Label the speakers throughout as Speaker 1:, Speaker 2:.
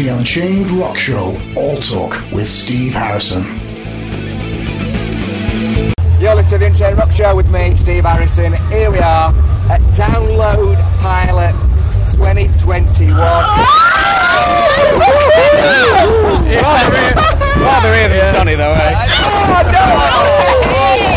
Speaker 1: Unchained Rock Show All Talk with Steve Harrison.
Speaker 2: You're listening to the Unchained Rock Show with me, Steve Harrison. Here we are at Download Pilot 2021.
Speaker 3: Ah! Rather here than Johnny, though, eh?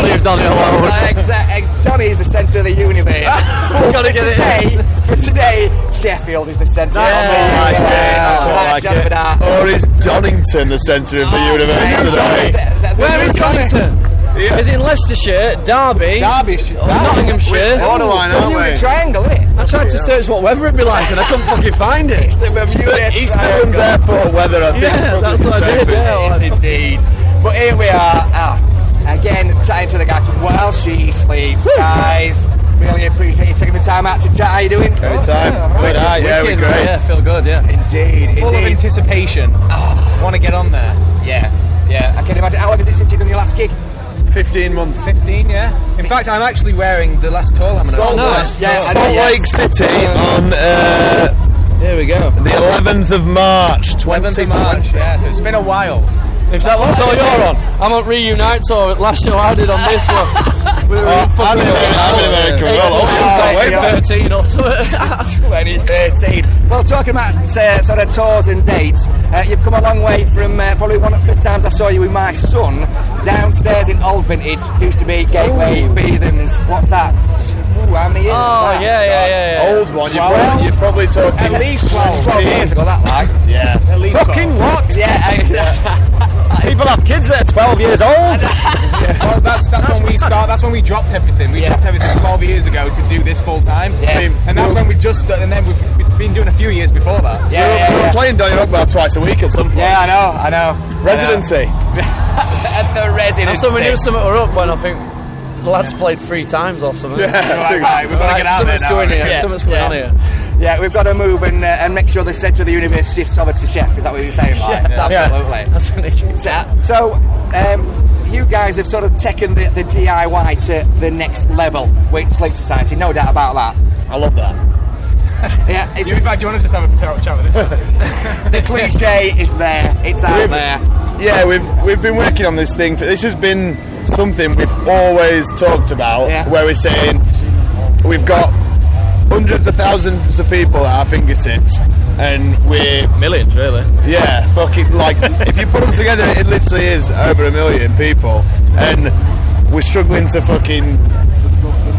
Speaker 2: oh,
Speaker 3: Leave Donny alone.
Speaker 2: no! exactly. Donny is the centre of the universe.
Speaker 3: Gotta
Speaker 2: But
Speaker 3: get it
Speaker 2: today, but today, Sheffield is the centre
Speaker 3: Yeah,
Speaker 2: of the
Speaker 3: like it,
Speaker 2: universe.
Speaker 3: that's more
Speaker 2: Right,
Speaker 3: like
Speaker 2: Johnny
Speaker 3: it.
Speaker 2: Bernard.
Speaker 4: Or is Donington the centre of the
Speaker 2: Oh,
Speaker 4: universe
Speaker 2: Th-
Speaker 4: today?
Speaker 2: th- th-
Speaker 3: Where is Donington? Is it in Leicestershire, Derby,
Speaker 4: Derbyshire.
Speaker 3: or Nottinghamshire?
Speaker 4: Borderline, aren't
Speaker 2: Bermuda
Speaker 4: we?
Speaker 2: Triangle, isn't it?
Speaker 3: I tried to search what weather it'd be like and I couldn't fucking find it.
Speaker 2: The Bermuda
Speaker 4: East
Speaker 2: Triangle.
Speaker 4: Midlands Airport weather, I think.
Speaker 3: Yeah,
Speaker 4: is probably
Speaker 3: that's what
Speaker 4: the
Speaker 3: I did,
Speaker 4: safest.
Speaker 3: yeah.
Speaker 2: It is indeed. But here we are, ah, again, chatting to the guys from While She Sleeps. Guys, really appreciate you taking the time out to chat. How you doing?
Speaker 4: Anytime. Good night, uh, yeah, we're
Speaker 3: Wicked,
Speaker 4: great.
Speaker 3: Yeah, feel good, yeah.
Speaker 2: Indeed,
Speaker 5: Full of
Speaker 2: indeed. Ah.
Speaker 5: anticipation. Want to get on there?
Speaker 2: Yeah, yeah. I can imagine. How long is it since you've done your last gig?
Speaker 4: 15 months.
Speaker 5: 15, yeah. In fact, I'm actually wearing the last tall I'm gonna-
Speaker 4: Salt,
Speaker 3: no,
Speaker 4: Lake-
Speaker 2: yeah, I know,
Speaker 4: Salt
Speaker 2: yes.
Speaker 4: Lake City on uh,
Speaker 3: Here we go.
Speaker 4: the 11th of March,
Speaker 5: 11th
Speaker 4: 2020.
Speaker 5: of March, yeah. So it's been a while.
Speaker 3: If that was all you're on, I'm on Reunite Tour with Last Show I did on this one. We were
Speaker 4: Oh,
Speaker 3: in fucking-
Speaker 4: I'm in America, I'm in America as well. Oh,
Speaker 2: yeah.
Speaker 3: Eight-
Speaker 2: Yeah.
Speaker 3: 13 or something.
Speaker 2: 2013. uh, Well, talking about uh, sort of tours and dates, uh, you've come a long way from uh, probably one of the first times I saw you with my son downstairs in Old Vintage, used to be Gateway Beethams. What's that? Ooh, how many years?
Speaker 3: Oh, yeah, yeah, yeah. yeah.
Speaker 4: Old one, you're
Speaker 2: Twelve.
Speaker 4: probably, you're probably talking.
Speaker 2: At least 12, 12 years ago, that like.
Speaker 4: Yeah. At least
Speaker 2: Fucking what? Yeah, I,
Speaker 3: People have kids that are 12 years old.
Speaker 5: Well, that's that's when we start. That's when we dropped everything. We
Speaker 2: Yeah.
Speaker 5: dropped everything 12 years ago to do this full time.
Speaker 2: Yeah.
Speaker 5: And that's when we just. sta- And then we've we've been doing a few years before that.
Speaker 2: yeah, yeah,
Speaker 4: We're
Speaker 2: yeah.
Speaker 4: playing Donny Rockbar twice a week at some point.
Speaker 2: Yeah, I know, I know.
Speaker 4: Residency.
Speaker 2: At the
Speaker 3: And
Speaker 2: residency.
Speaker 3: someone knew something were up when I think the lads played three times or something.
Speaker 2: Right,
Speaker 4: Yeah.
Speaker 2: right, we've got to
Speaker 3: Right,
Speaker 2: get out there
Speaker 3: something's
Speaker 2: now.
Speaker 3: going here.
Speaker 2: Yeah,
Speaker 3: Something's going
Speaker 2: yeah.
Speaker 3: on here.
Speaker 2: Yeah, we've got to move and, uh, and make sure the centre of the universe shifts over to Chef. Is that what you're saying? Like?
Speaker 3: Yeah.
Speaker 2: Absolutely.
Speaker 3: That's what it is.
Speaker 2: So, so, um, you guys have sort of taken the, the DIY to the next level with Sleep Society, no doubt about that.
Speaker 4: I love that.
Speaker 2: Yeah, it's,
Speaker 5: You, in fact, do you want to just have a t- chat with this?
Speaker 2: the cliche is there, it's out
Speaker 4: We've-
Speaker 2: there.
Speaker 4: Yeah, we've we've been working on this thing. For, this has been something we've always talked about.
Speaker 2: Yeah.
Speaker 4: Where we're saying we've got hundreds of thousands of people at our fingertips, and we're
Speaker 3: Millions, really.
Speaker 4: yeah, fucking like if you put them together, it literally is over a million people, and we're struggling to fucking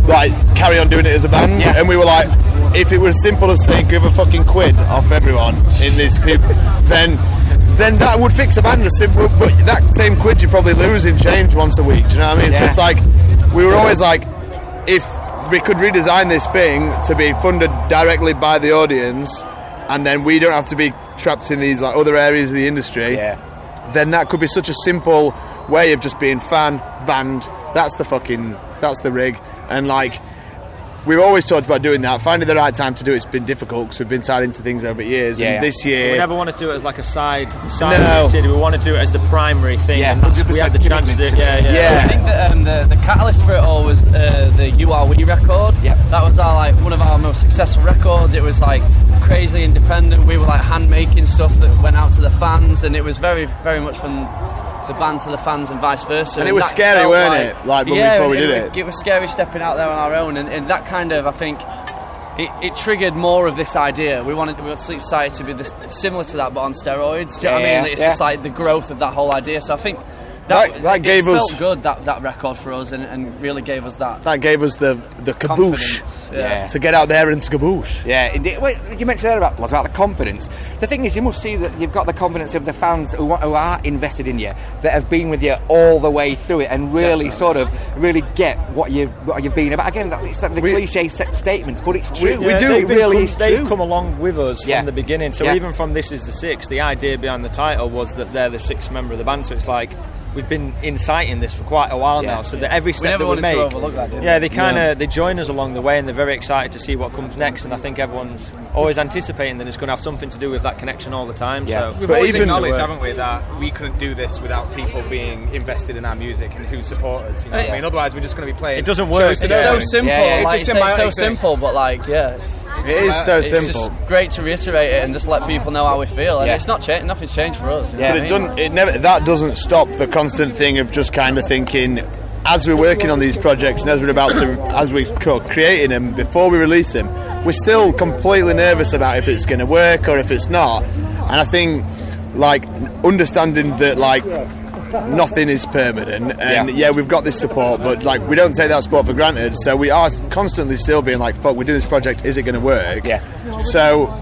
Speaker 4: like carry on doing it as a band.
Speaker 2: Yeah.
Speaker 4: And we were like, if it were as simple as saying give a fucking quid off everyone in these people, then then that would fix a band. As simple, but that same quid you probably lose in change once a week. Do you know what I mean? So
Speaker 2: Yeah.
Speaker 4: it's like we were always like, if we could redesign this thing to be funded directly by the audience, and then we don't have to be trapped in these like other areas of the industry
Speaker 2: Yeah.
Speaker 4: then that could be such a simple way of just being fan band. That's the fucking that's the rig, and like we've always talked about doing that. Finding the right time to do it's been difficult because we've been tied into things over years.
Speaker 2: Yeah.
Speaker 4: And this
Speaker 6: We
Speaker 4: year,
Speaker 6: never want to do it as like a side side
Speaker 4: No.
Speaker 6: city. We want to do it as the primary thing.
Speaker 2: Yeah,
Speaker 6: and that's- we
Speaker 2: 100%
Speaker 6: have the chance to.
Speaker 2: commitment to
Speaker 6: Yeah,
Speaker 2: it.
Speaker 6: yeah.
Speaker 3: I think that um, the, the catalyst for it all was uh, the You Are We record.
Speaker 2: Yep.
Speaker 3: That was our like one of our most successful records. It was like crazy independent. We were like hand making stuff that went out to the fans, and it was very very much from the band to the fans and vice versa.
Speaker 4: And it was
Speaker 3: that
Speaker 4: scary,
Speaker 3: felt
Speaker 4: weren't it? Like, when-
Speaker 3: yeah,
Speaker 4: before we
Speaker 3: it,
Speaker 4: did
Speaker 3: it.
Speaker 4: it.
Speaker 3: was scary stepping out there on our own, and, and that kind of I think. It, it triggered more of this idea. We wanted, we wanted Sleep Society to be this, similar to that, but on steroids. Do you know what I
Speaker 2: Yeah,
Speaker 3: mean? It's
Speaker 2: yeah.
Speaker 3: just like the growth of that whole idea. So I think
Speaker 4: That- that
Speaker 3: it
Speaker 4: gave us-
Speaker 3: felt good that, that record for us and, and really gave us that
Speaker 4: that gave us the the kaboosh
Speaker 3: confidence.
Speaker 2: Yeah.
Speaker 4: to get out there and skaboosh.
Speaker 2: Yeah, indeed. Well, you mentioned there about lads, about the confidence. The thing is, you must see that you've got the confidence of the fans who, want, who are invested in you, that have been with you all the way through it, and really sort of really get what you've what you've been about. Again, that, it's that, the
Speaker 4: We-
Speaker 2: cliche set statements, but it's true.
Speaker 6: Yeah,
Speaker 2: It
Speaker 6: they've been
Speaker 2: really
Speaker 6: come-
Speaker 2: is
Speaker 6: They've
Speaker 2: true.
Speaker 6: come along with us
Speaker 2: Yeah.
Speaker 6: from the beginning. So
Speaker 2: Yeah.
Speaker 6: even from This Is the Six, the idea behind the title was that they're the sixth member of the band. So it's like. we've been inciting this for quite a while
Speaker 2: Yeah.
Speaker 6: now. So that every step
Speaker 3: never
Speaker 6: that we
Speaker 3: wanted to
Speaker 6: make,
Speaker 3: overlook that, did we?
Speaker 6: yeah, they kind of they join us along the way, and they're very excited to see what comes next. And I think everyone's always anticipating that it's going to have something to do with that connection all the time.
Speaker 2: Yeah.
Speaker 6: So
Speaker 5: We've
Speaker 4: But
Speaker 5: always
Speaker 4: even-
Speaker 5: acknowledged, haven't we, that we couldn't do this without people being invested in our music and who support us. You know, what I mean, otherwise we're just going to be playing.
Speaker 6: It doesn't work.
Speaker 5: shows
Speaker 6: It's
Speaker 5: today.
Speaker 6: Yeah.
Speaker 3: So simple,
Speaker 2: Yeah, yeah, it's
Speaker 3: like
Speaker 5: a
Speaker 3: you say, it's so
Speaker 5: symbiotic thing.
Speaker 3: simple, but like yeah, it's,
Speaker 4: It is so
Speaker 3: it's
Speaker 4: simple.
Speaker 3: just great to reiterate it and just let people know how we feel. And
Speaker 2: Yeah.
Speaker 3: it's not changed, nothing's changed for us. you know
Speaker 2: Yeah.
Speaker 4: But
Speaker 3: what I
Speaker 4: it
Speaker 3: mean?
Speaker 4: doesn't. It never. That doesn't stop the constant thing of just kind of thinking. As we're working on these projects and as we're about to, as we're co- creating them before we release them, we're still completely nervous about if it's going to work or if it's not. And I think, like, understanding that, like, nothing is permanent. And
Speaker 2: Yeah.
Speaker 4: yeah. we've got this support, but like, we don't take that support for granted. So we are constantly still being like, "Fuck, we're doing this project. Is it going to work?"
Speaker 2: Yeah.
Speaker 4: So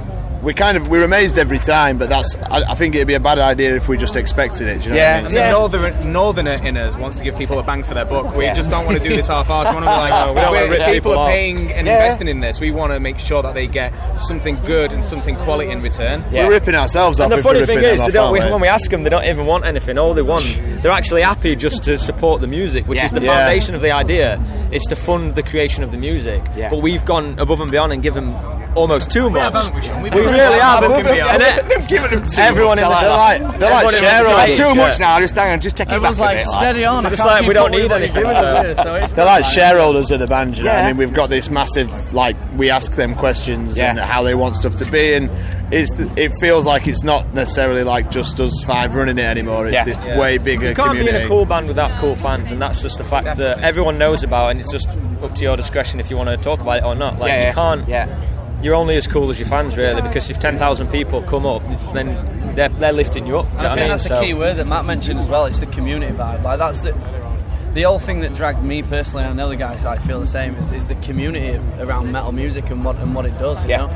Speaker 4: we kind of we're amazed every time, but that's I, I think it'd be a bad idea if we just expected it. Do you know
Speaker 2: Yeah.
Speaker 4: what I
Speaker 5: And
Speaker 4: mean?
Speaker 5: the
Speaker 2: Yeah.
Speaker 5: northern, northerner in us wants to give people a bang for their buck. We
Speaker 2: Yeah.
Speaker 5: just don't want to do this half-assed. We want to be like, oh,
Speaker 6: don't wanna
Speaker 5: we're-
Speaker 6: rip
Speaker 5: people,
Speaker 6: people
Speaker 5: are
Speaker 6: off.
Speaker 5: paying and
Speaker 2: Yeah.
Speaker 5: investing in this. We want to make sure that they get something good and something quality in return.
Speaker 2: Yeah.
Speaker 4: We're ripping ourselves
Speaker 6: And
Speaker 4: off.
Speaker 6: the
Speaker 4: if we're
Speaker 6: funny thing
Speaker 4: ripping
Speaker 6: is,
Speaker 4: them
Speaker 6: they
Speaker 4: off,
Speaker 6: don't.
Speaker 4: aren't
Speaker 6: When we ask them, they don't even want anything. All they want, they're actually happy just to support the music, which
Speaker 2: Yeah.
Speaker 6: is the
Speaker 4: Yeah.
Speaker 6: foundation of the idea. Is to fund the creation of the music.
Speaker 2: Yeah.
Speaker 6: But we've gone above and beyond and given almost too much.
Speaker 5: haven't we, Sean? We've
Speaker 6: We
Speaker 5: gone
Speaker 6: really
Speaker 5: above
Speaker 6: have.
Speaker 5: and beyond.
Speaker 6: And it-
Speaker 2: They've given them too
Speaker 6: Everyone
Speaker 2: much.
Speaker 6: in
Speaker 2: I
Speaker 6: the
Speaker 2: that.
Speaker 4: They're like they're like
Speaker 6: Everyone in
Speaker 4: Cher
Speaker 6: the
Speaker 4: on
Speaker 2: Like
Speaker 6: Right,
Speaker 2: too
Speaker 6: yeah.
Speaker 2: much now. Just hang on. Just take it back
Speaker 3: Everyone's
Speaker 2: a
Speaker 3: like,
Speaker 2: bit,
Speaker 3: steady on. I
Speaker 6: It's
Speaker 3: can't
Speaker 6: like,
Speaker 3: keep
Speaker 6: we don't
Speaker 3: up with what
Speaker 6: need
Speaker 3: you're
Speaker 6: anything,
Speaker 3: doing
Speaker 6: so-
Speaker 3: with it, so it's
Speaker 4: They're
Speaker 3: good,
Speaker 4: like shareholders of the band, you know. what
Speaker 2: Yeah.
Speaker 4: I mean, we've got this massive like we ask them questions
Speaker 2: Yeah.
Speaker 4: and how they want stuff to be, and it's th- it feels like it's not necessarily like just us five running it anymore. It's
Speaker 2: Yeah.
Speaker 4: this way bigger
Speaker 6: You can't
Speaker 4: community.
Speaker 6: be in a cool band without cool fans, and that's just the fact that everyone knows about, and it's just up to your discretion if you want to talk about it or not. Like
Speaker 2: Yeah, yeah.
Speaker 6: you can't.
Speaker 2: Yeah.
Speaker 6: You're only as cool as your fans, really, because if ten thousand people come up, then they're, they're lifting you up. Do you know
Speaker 3: I
Speaker 6: what
Speaker 3: think
Speaker 6: mean?
Speaker 3: that's
Speaker 6: So-
Speaker 3: a key word that Matt mentioned as well. It's the community vibe. Like that's the the old thing that dragged me personally, and I know the guys that I feel the same. Is, is the community around metal music and what and what it does. You
Speaker 2: Yeah.
Speaker 3: know,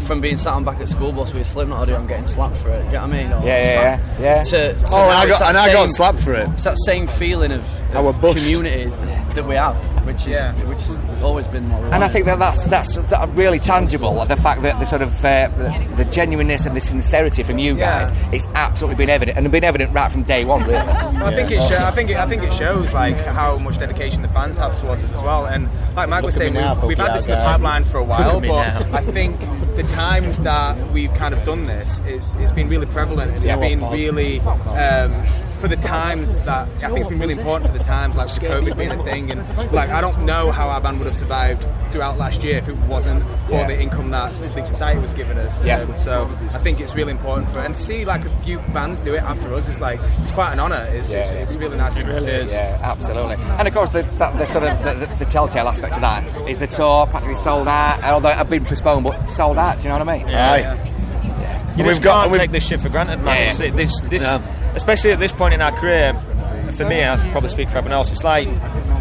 Speaker 3: from being sat on back at school bus with a Slipknot audio and getting slapped for it. Do you know what I mean? Or
Speaker 2: Yeah, yeah,
Speaker 3: slapped-
Speaker 2: yeah, yeah.
Speaker 3: To,
Speaker 4: Oh,
Speaker 3: to
Speaker 4: and
Speaker 3: now
Speaker 4: I
Speaker 3: it's
Speaker 4: got
Speaker 3: that
Speaker 4: and I got
Speaker 3: same-
Speaker 4: slapped for it.
Speaker 3: It's that same feeling of,
Speaker 4: I were
Speaker 3: of
Speaker 4: bushed.
Speaker 3: community that we have, which is which has always been more.
Speaker 2: And I think that that's that's that really tangible. The fact that the sort of uh, the, the genuineness and the sincerity from you
Speaker 5: Yeah.
Speaker 2: guys, it's absolutely been evident, and been evident right from day one, really.
Speaker 5: I think it. Show, I think it. I think it shows like how much dedication the fans have towards us as well. And like Mike was
Speaker 6: at
Speaker 5: saying,
Speaker 6: me now,
Speaker 5: we've, we've had
Speaker 6: pokey
Speaker 5: this in the
Speaker 6: eye guy.
Speaker 5: pipeline for a
Speaker 6: Look
Speaker 5: while,
Speaker 6: at me
Speaker 5: but
Speaker 6: now.
Speaker 5: I think the time that we've kind of done this is it's been really prevalent. And it's been really. Um, for the times that I think it's been really important for the times like with COVID being a thing and like I don't know how our band would have survived throughout last year if it wasn't for the income that the society was giving us. Um,
Speaker 2: Yeah.
Speaker 5: so I think it's really important for and to see like a few bands do it after us is like it's quite an honour. It's it's,
Speaker 2: Yeah.
Speaker 5: it's really nice thing to see.
Speaker 2: Yeah, absolutely. And of course, the, that, the sort of the, the, the telltale aspect of that is the tour practically sold out, although it had been postponed, but sold out. Do you know what I mean?
Speaker 4: Aye. And
Speaker 6: You just
Speaker 4: we've got-
Speaker 6: can't
Speaker 4: and we've-
Speaker 6: take this shit for granted, man.
Speaker 2: Yeah, yeah.
Speaker 6: It's- it- this- this-
Speaker 4: No.
Speaker 6: Especially at this point in our career, for me, and I probably speak for everyone else, it's like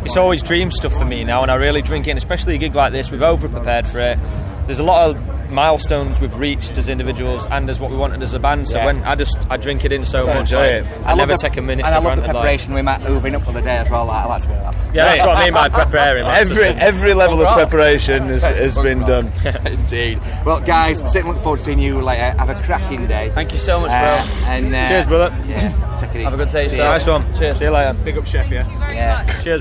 Speaker 6: it's always dream stuff for me now, and I really drink in. Especially a gig like this, we've over prepared for it. There's a lot of milestones we've reached as individuals and as what we wanted as a band. So
Speaker 2: Yeah.
Speaker 6: when I just I drink it in so much,
Speaker 4: enjoy
Speaker 6: like,
Speaker 4: it.
Speaker 6: I,
Speaker 2: love
Speaker 6: never
Speaker 2: the-
Speaker 6: take a minute
Speaker 2: And I
Speaker 6: for
Speaker 2: love the
Speaker 6: granted. like-
Speaker 2: preparation we might hoovering up for the day as well. Like, I like to be like that.
Speaker 6: yeah, that's what I mean by preparing. man. It's
Speaker 4: Every
Speaker 6: just-
Speaker 4: every level of preparation has, has
Speaker 5: Punk
Speaker 4: been
Speaker 5: rock.
Speaker 4: done.
Speaker 2: Indeed. Well, guys, certainly looking forward to seeing you later. Have a cracking day.
Speaker 3: Thank you so much, bro.
Speaker 2: Uh, and, uh,
Speaker 6: Cheers, brother.
Speaker 2: Yeah, take it easy.
Speaker 3: Have a good day.
Speaker 2: See
Speaker 3: sir.
Speaker 2: ya.
Speaker 6: Nice one.
Speaker 3: Cheers.
Speaker 6: See you later.
Speaker 5: Big up, chef. Yeah.
Speaker 2: Yeah.
Speaker 6: Cheers.